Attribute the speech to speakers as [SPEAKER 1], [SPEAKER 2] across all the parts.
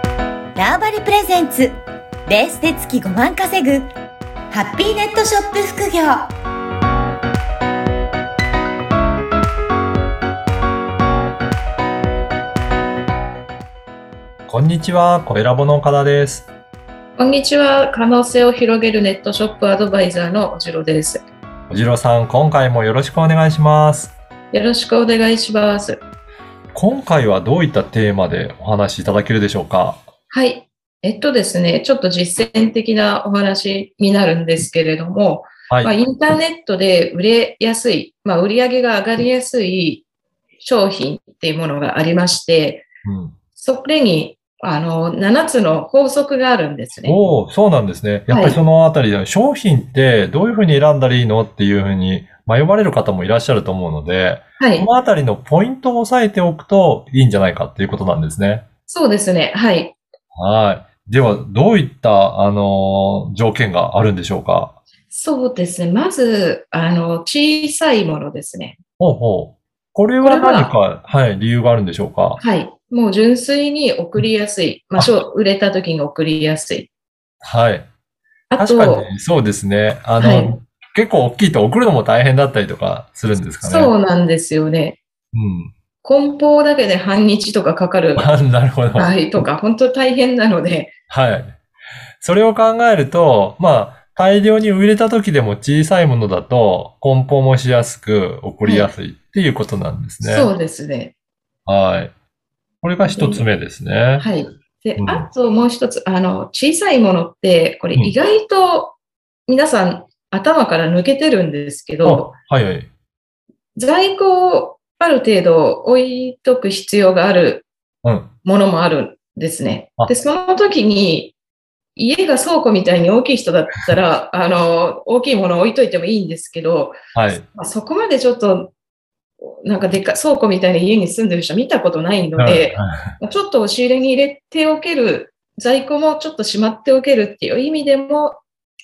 [SPEAKER 1] ターバリプレゼンツベースで月5万稼ぐハッピーネットショップ副業
[SPEAKER 2] こんにちは、コエラボの岡田です。
[SPEAKER 3] こんにちは。可能性を広げるネットショップアドバイザーのおじろです。
[SPEAKER 2] おじろさん、今回もよろしくお願いします。
[SPEAKER 3] よろしくお願いします。
[SPEAKER 2] 今回はどういったテーマでお話しいただけるでしょうか
[SPEAKER 3] はい。えっとですね、ちょっと実践的なお話になるんですけれども、
[SPEAKER 2] はい。
[SPEAKER 3] まあ、インターネットで売れやすい、まあ、売り上げが上がりやすい商品っていうものがありまして、
[SPEAKER 2] うん、
[SPEAKER 3] それにあの7つの法則があるんですね。
[SPEAKER 2] おお、そうなんですね。やっぱりそのあたりで、商品ってどういうふうに選んだらいいのっていうふうに迷われる方もいらっしゃると思うので、
[SPEAKER 3] は
[SPEAKER 2] こ
[SPEAKER 3] い。
[SPEAKER 2] のあたりのポイントを押さえておくといいんじゃないかっていうことなんですね。
[SPEAKER 3] そうですね。はい。
[SPEAKER 2] はい。では、どういった、あのー条件があるんでしょうか
[SPEAKER 3] そうですね。まず、あの、小さいものですね。
[SPEAKER 2] ほうほう。これは
[SPEAKER 3] これは
[SPEAKER 2] 何か、はい、理由があるんでしょうか
[SPEAKER 3] はい。もう純粋に送りやすい。まあ、
[SPEAKER 2] あ
[SPEAKER 3] そう売れた時に送りやすい。
[SPEAKER 2] はい。
[SPEAKER 3] あ
[SPEAKER 2] 確
[SPEAKER 3] と、
[SPEAKER 2] かに、そうですね。あの、
[SPEAKER 3] はい
[SPEAKER 2] 結構大きいと送るのも大変だったりとかするんですかね。
[SPEAKER 3] そうなんですよね。
[SPEAKER 2] うん。
[SPEAKER 3] 梱包だけで半日とかかかる
[SPEAKER 2] あなるほど。
[SPEAKER 3] 場合とか、本当大変なので、
[SPEAKER 2] はい。それを考えると、まあ、大量に売れた時でも小さいものだと、梱包もしやすく、送りやすいっていうことなんですね。
[SPEAKER 3] そうですね。
[SPEAKER 2] はい。これが一つ目ですね。
[SPEAKER 3] はい。で
[SPEAKER 2] う、ん
[SPEAKER 3] あともう一つ、あの、小さいものって、これ
[SPEAKER 2] うん
[SPEAKER 3] 意外と皆さん頭から抜けてるんですけど、
[SPEAKER 2] あはいはい。
[SPEAKER 3] 在庫をある程度置いとく必要がある
[SPEAKER 2] うん。
[SPEAKER 3] ものもあるんですね
[SPEAKER 2] あ。
[SPEAKER 3] で、その時に、家が倉庫みたいに大きい人だったら、あの、大きいものを置いといてもいいんですけど、
[SPEAKER 2] はい。
[SPEAKER 3] まあ、そこまでちょっと、なんかでっか、倉庫みたいな家に住んでる人見たことないので、まあちょっと押し入れに入れておける、在庫もちょっとしまっておけるっていう意味でも、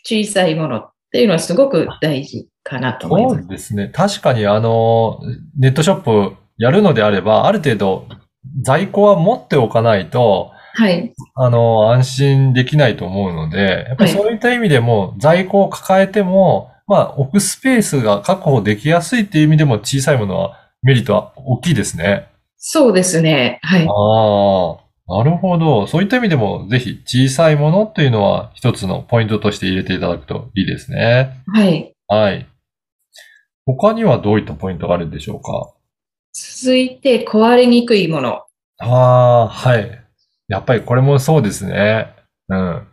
[SPEAKER 3] 小さいものっていうのはすごく大事かなと思いま
[SPEAKER 2] そ
[SPEAKER 3] す。
[SPEAKER 2] うですね。確かに、あの、ネットショップやるのであれば、ある程度、在庫は持っておかないと、
[SPEAKER 3] はい。
[SPEAKER 2] あの、安心できないと思うので、やっぱり
[SPEAKER 3] はい
[SPEAKER 2] そういった意味でも、在庫を抱えても、まあ、置くスペースが確保できやすいっていう意味でも、小さいものはメリットは大きいですね。
[SPEAKER 3] そうですね。はい。
[SPEAKER 2] ああ、なるほど。そういった意味でも、ぜひ小さいものっていうのは一つのポイントとして入れていただくといいですね。
[SPEAKER 3] はい。
[SPEAKER 2] はい。他にはどういったポイントがあるんでしょうか
[SPEAKER 3] 続いて、壊れにくいもの。
[SPEAKER 2] ああ、はい。やっぱりこれもそうですね。うん。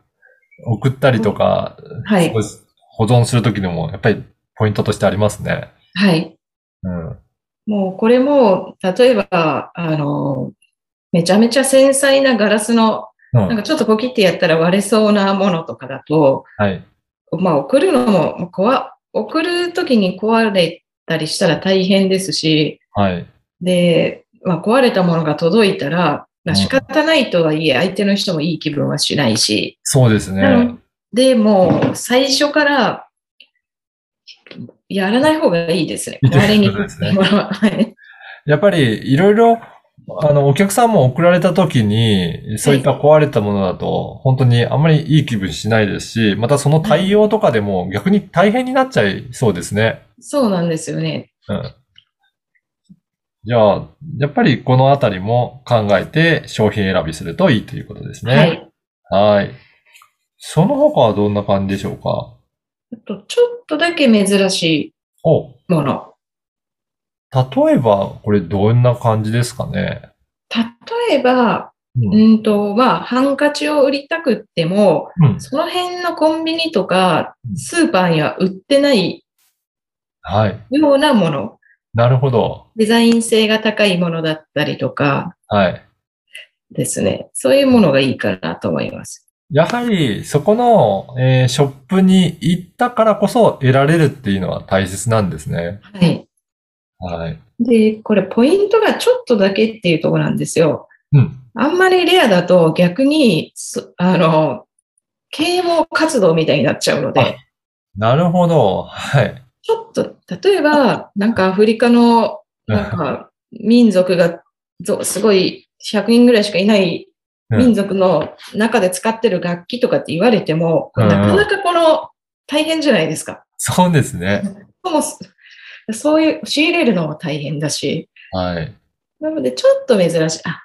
[SPEAKER 2] 送ったりとか、
[SPEAKER 3] はい
[SPEAKER 2] そうです保存するときでも、やっぱりポイントとしてありますね。
[SPEAKER 3] はい。
[SPEAKER 2] うん。
[SPEAKER 3] もうこれも、例えば、あの、めちゃめちゃ繊細なガラスの、
[SPEAKER 2] う
[SPEAKER 3] なん
[SPEAKER 2] ん。
[SPEAKER 3] かちょっとポキってやったら割れそうなものとかだと、
[SPEAKER 2] はい。
[SPEAKER 3] まあ送るのも、こわ送るときに壊れたりしたら大変ですし、
[SPEAKER 2] はい。
[SPEAKER 3] で、まあ壊れたものが届いたら、まあ、仕方ないとはいえ相手の人もいい気分はしないし、
[SPEAKER 2] そうです
[SPEAKER 3] な
[SPEAKER 2] ね
[SPEAKER 3] の。で、もう最初からやらない方がいいです ね。
[SPEAKER 2] いいです
[SPEAKER 3] 壊
[SPEAKER 2] ね
[SPEAKER 3] れにくいもの は。はい
[SPEAKER 2] やっぱり、いろいろ、あの、お客さんも送られたときに、そういった壊れたものだと、本当にあんまりいい気分しないですし、またその対応とかでも逆に大変になっちゃいそうですね。
[SPEAKER 3] そうなんですよね。
[SPEAKER 2] うんじゃあ、やっぱりこのあたりも考えて商品選びするといいということです
[SPEAKER 3] は
[SPEAKER 2] ね。
[SPEAKER 3] い。
[SPEAKER 2] はい。その他はどんな感じでしょうか
[SPEAKER 3] あと、ちょっとだけ珍し
[SPEAKER 2] お、
[SPEAKER 3] いもの。
[SPEAKER 2] 例えば、これどんな感じですかね
[SPEAKER 3] 例えば、
[SPEAKER 2] うん。
[SPEAKER 3] うんと、まあ、ハンカチを売りたくっても、
[SPEAKER 2] うん
[SPEAKER 3] その辺のコンビニとか
[SPEAKER 2] う、ん
[SPEAKER 3] スーパーには売ってない
[SPEAKER 2] はい。
[SPEAKER 3] ようなもの。
[SPEAKER 2] なるほど。
[SPEAKER 3] デザイン性が高いものだったりとか
[SPEAKER 2] はい。
[SPEAKER 3] ですね。そういうものがいいかなと思います。
[SPEAKER 2] やはり、そこの、えーショップに行ったからこそ得られるっていうのは大切なんですね。
[SPEAKER 3] はい。
[SPEAKER 2] はい。
[SPEAKER 3] で、これ、ポイントがちょっとだけっていうところなんですよ。
[SPEAKER 2] うん。
[SPEAKER 3] あんまりレアだと逆に、そあの、啓蒙活動みたいになっちゃうので。
[SPEAKER 2] なるほど。はい。
[SPEAKER 3] ちょっと、例えば、なんかアフリカの、なんか民族がぞすごい100人ぐらいしかいない
[SPEAKER 2] うん
[SPEAKER 3] 民族の中で使ってる楽器とかって言われても、
[SPEAKER 2] うんうん
[SPEAKER 3] なかなかこの大変じゃないですか。
[SPEAKER 2] そうですね。
[SPEAKER 3] そもそそういう、仕入れるのも大変だし、
[SPEAKER 2] はい。
[SPEAKER 3] なのでちょっと珍しい。あ、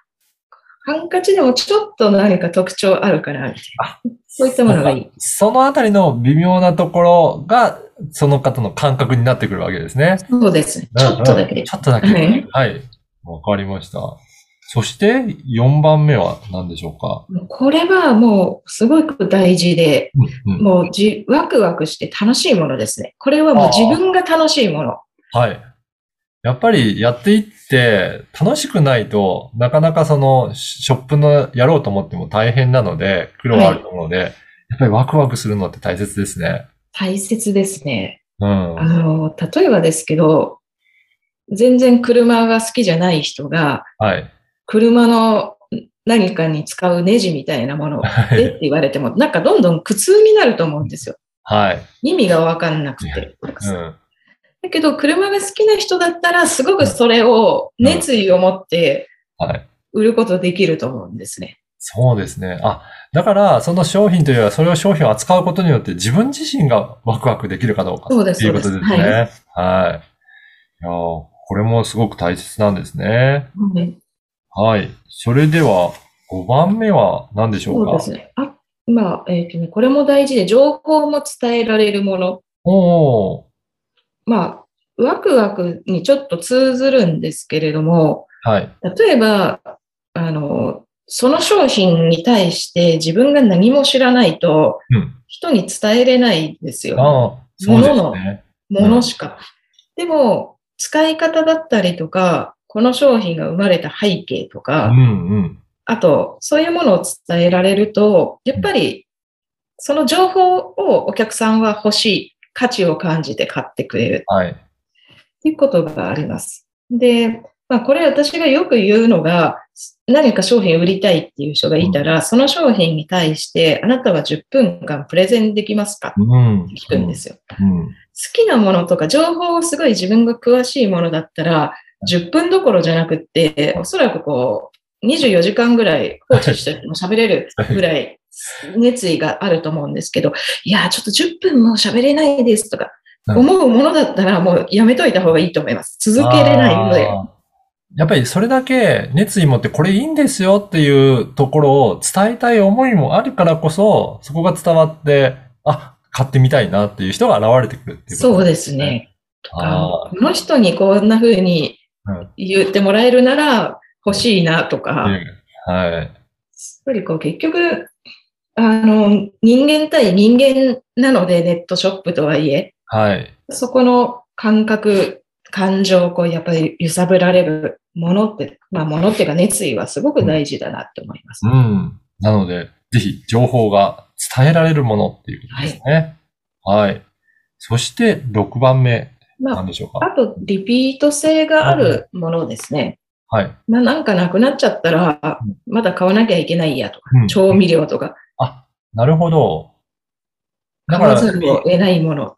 [SPEAKER 3] ハンカチでもちょっと何か特徴あるから、みたいなそういったものがいい。
[SPEAKER 2] そのあたりの微妙なところが、その方の感覚になってくるわけですね。
[SPEAKER 3] そうですね。ちょっとだけ
[SPEAKER 2] う
[SPEAKER 3] で
[SPEAKER 2] んちょっとだけ。
[SPEAKER 3] はい
[SPEAKER 2] はい。わかりました。そして、4番目は何でしょうか。
[SPEAKER 3] これはもうすごく大事で、
[SPEAKER 2] うんうん
[SPEAKER 3] もうじワクワクして楽しいものですね。これはもう自分が楽しいもの。
[SPEAKER 2] はい。やっぱりやっていって楽しくないとなかなかそのショップのやろうと思っても大変なので苦労はあると思うので、やっぱりワクワクするのって大切ですね。
[SPEAKER 3] 大切ですね。
[SPEAKER 2] うん。
[SPEAKER 3] あの、例えばですけど、全然車が好きじゃない人が、
[SPEAKER 2] はい。
[SPEAKER 3] 車の何かに使うネジみたいな ものでって言われても、なんかどんどん苦痛になると思うんですよ。
[SPEAKER 2] はい。
[SPEAKER 3] 意味がわかんなくて。
[SPEAKER 2] うん。
[SPEAKER 3] だけど、車が好きな人だったら、すごくそれを熱意を持って
[SPEAKER 2] はい。
[SPEAKER 3] 売ることできると思うんですね。
[SPEAKER 2] そうですね。あ、だからその商品というよりはそれを商品を扱うことによって自分自身がワクワクできるかどうか
[SPEAKER 3] そうです
[SPEAKER 2] ということですね。
[SPEAKER 3] そうで
[SPEAKER 2] はい。いやーこれもすごく大切なんですね。
[SPEAKER 3] はい
[SPEAKER 2] はい。それでは、5番目は何でしょ
[SPEAKER 3] そううで
[SPEAKER 2] か
[SPEAKER 3] すね。あ、まあ、えっ、とね、これも大事で、情報も伝えられるもの。
[SPEAKER 2] おー。
[SPEAKER 3] まあ、ワクワクにちょっと通ずるんですけれども、
[SPEAKER 2] はい。
[SPEAKER 3] 例えば、あの、その商品に対して自分が何も知らないと
[SPEAKER 2] うん、
[SPEAKER 3] 人に伝えれないんですよ。
[SPEAKER 2] ああ、そうですね。
[SPEAKER 3] ものしか。でも、使い方だったりとか、この商品が生まれた背景と
[SPEAKER 2] う
[SPEAKER 3] か、
[SPEAKER 2] んうん。
[SPEAKER 3] あと、そういうものを伝えられると、やっぱり、その情報をお客さんは欲しい、価値を感じて買ってくれる
[SPEAKER 2] はい。
[SPEAKER 3] っていうことがあります。で、まあ、これ私がよく言うのが、何か商品を売りたいっていう人がいたら、その商品に対して、あなたは10分間プレゼンできますか
[SPEAKER 2] うん。
[SPEAKER 3] って聞くんですよ。
[SPEAKER 2] うん。
[SPEAKER 3] 好きなものとか情報をすごい自分が詳しいものだったら、10分どころじゃなくって、おそらくこう、24時間ぐらい放置しても喋れるぐらい熱意があると思うんですけど、いやー、ちょっと10分も喋れないですとか、
[SPEAKER 2] うん
[SPEAKER 3] 思うものだったらもうやめといた方がいいと思います。続けれないので。
[SPEAKER 2] あーやっぱりそれだけ熱意持ってこれいいんですよっていうところを伝えたい思いもあるからこそ、そこが伝わって、あ、買ってみたいなっていう人が現れてくるっていうこと
[SPEAKER 3] そうですね。と
[SPEAKER 2] あ
[SPEAKER 3] か、この人にこんな風に
[SPEAKER 2] うん
[SPEAKER 3] 言ってもらえるなら欲しいなとか、
[SPEAKER 2] っていうはい。
[SPEAKER 3] やっぱりこう結局、あの、人間対人間なので、ネットショップとはいえ、
[SPEAKER 2] はい。
[SPEAKER 3] そこの感覚、感情をこうやっぱり揺さぶられるものって、まあものっていうか熱意はすごく大事だなって思います。
[SPEAKER 2] うん。なので、ぜひ情報が伝えられるものっていうことですね。はい。そして、6番目、
[SPEAKER 3] ま
[SPEAKER 2] 何
[SPEAKER 3] あ、
[SPEAKER 2] でしょう
[SPEAKER 3] あ
[SPEAKER 2] か。
[SPEAKER 3] と、リピート性があるものですね。
[SPEAKER 2] はい。
[SPEAKER 3] ななんかなくなっちゃったら
[SPEAKER 2] うん、
[SPEAKER 3] まだ買わなきゃいけないやとか、
[SPEAKER 2] うん
[SPEAKER 3] 調味料とか、
[SPEAKER 2] あ、なるほど。だ
[SPEAKER 3] 買
[SPEAKER 2] から、
[SPEAKER 3] わざるを得ないもの。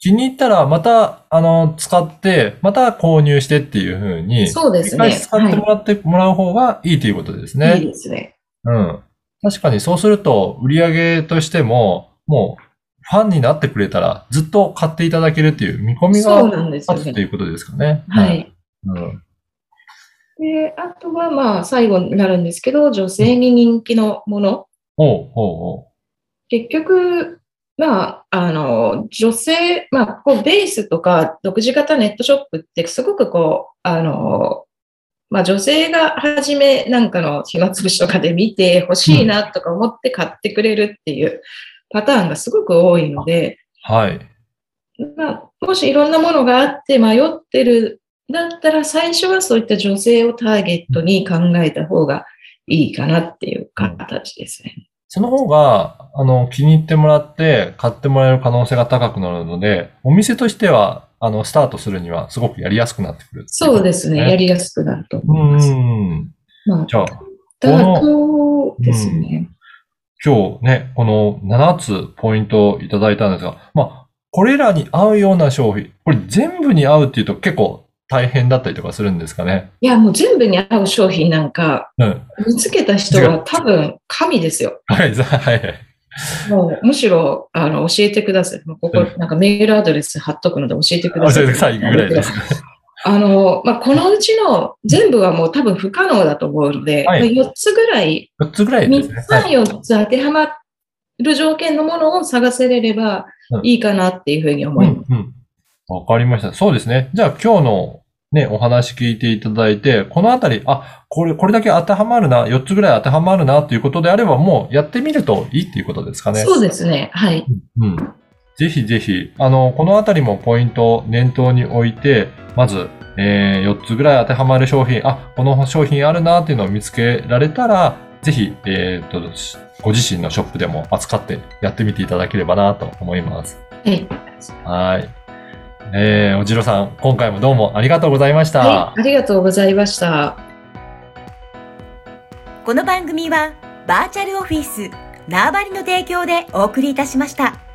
[SPEAKER 2] 気に入ったら、また、あの、使って、また購入してっていうふうに、
[SPEAKER 3] そうです
[SPEAKER 2] 繰り
[SPEAKER 3] ね。
[SPEAKER 2] 返し使っても
[SPEAKER 3] は
[SPEAKER 2] らって、もらう方がいいということです
[SPEAKER 3] い、いい
[SPEAKER 2] ね。
[SPEAKER 3] ですね。
[SPEAKER 2] うん。確かにそうすると、売り上げとしても、もう、ファンになってくれたら、ずっと買っていただけるっていう見込み
[SPEAKER 3] そう
[SPEAKER 2] が
[SPEAKER 3] なんですよ
[SPEAKER 2] 立つとい
[SPEAKER 3] ね。
[SPEAKER 2] うことですかね。
[SPEAKER 3] はい。。
[SPEAKER 2] うん。
[SPEAKER 3] で、あとはまあ最後になるんですけど、女性に人気のもの。
[SPEAKER 2] おうおうおう
[SPEAKER 3] 結局、まあ、あの、女性、まあ、こう、ベースとか、独自型ネットショップって、すごくこう、あの、まあ、女性が初めなんかの暇つぶしとかで見て欲しいなとか思って買ってくれるっていうパターンがすごく多いので、
[SPEAKER 2] はい。
[SPEAKER 3] まあ、もしいろんなものがあって迷ってるんだったら、最初はそういった女性をターゲットに考えた方がいいかなっていう形ですね。
[SPEAKER 2] その方が、あの、気に入ってもらって、買ってもらえる可能性が高くなるので、お店としては、あの、スタートするには、すごくやりやすくなってくる
[SPEAKER 3] そうですね。や
[SPEAKER 2] り
[SPEAKER 3] りやすくなると
[SPEAKER 2] う
[SPEAKER 3] 思います。
[SPEAKER 2] ん。
[SPEAKER 3] まあ、
[SPEAKER 2] じゃあ、
[SPEAKER 3] 妥当ですね。
[SPEAKER 2] 今日ね、この7つポイントをいただいたんですが、まあ、これらに合うような商品、これ全部に合うっていうと結構大変だったりとかするんですかね。
[SPEAKER 3] いや、もう全部に合う商品なんか、
[SPEAKER 2] うん。
[SPEAKER 3] 見つけた人は多分神ですよ。
[SPEAKER 2] はい、ざはい。
[SPEAKER 3] もうむしろ、あの、教えてください。もうここ
[SPEAKER 2] う、
[SPEAKER 3] なんかメールアドレス貼っとくので教えてくだ
[SPEAKER 2] 教
[SPEAKER 3] さ
[SPEAKER 2] え
[SPEAKER 3] い。
[SPEAKER 2] てくださいぐらいですね。
[SPEAKER 3] あの、まあ、このうちの全部はもう多分不可能だと思うので、
[SPEAKER 2] はい
[SPEAKER 3] まあ4つぐらい、
[SPEAKER 2] 4つぐらいですね
[SPEAKER 3] 3。、
[SPEAKER 2] はい。
[SPEAKER 3] 4つ当てはまる条件のものを探せれればいいかなっていうふうに思
[SPEAKER 2] う
[SPEAKER 3] います。
[SPEAKER 2] ん、うん。わかりました。そうですね。じゃあ今日のね、お話聞いていただいて、このあたり、あ、これ、これだけ当てはまるな、4つぐらい当てはまるな、ということであれば、もうやってみるといいっていうことですかね。
[SPEAKER 3] そうですね。はい。
[SPEAKER 2] うん。ぜひぜひ、あの、このあたりもポイントを念頭に置いて、まず、え4つぐらい当てはまる商品、あ、この商品あるなっていうのを見つけられたら、ぜひ、えっ、と、しご自身のショップでも扱ってやってみていただければなと思います。
[SPEAKER 3] はい。
[SPEAKER 2] はい。えー、おじろさん、今回もどうもありがとうございました。
[SPEAKER 3] はい、ありがとうございました。
[SPEAKER 1] この番組はバーチャルオフィス縄張りの提供でお送りいたしました。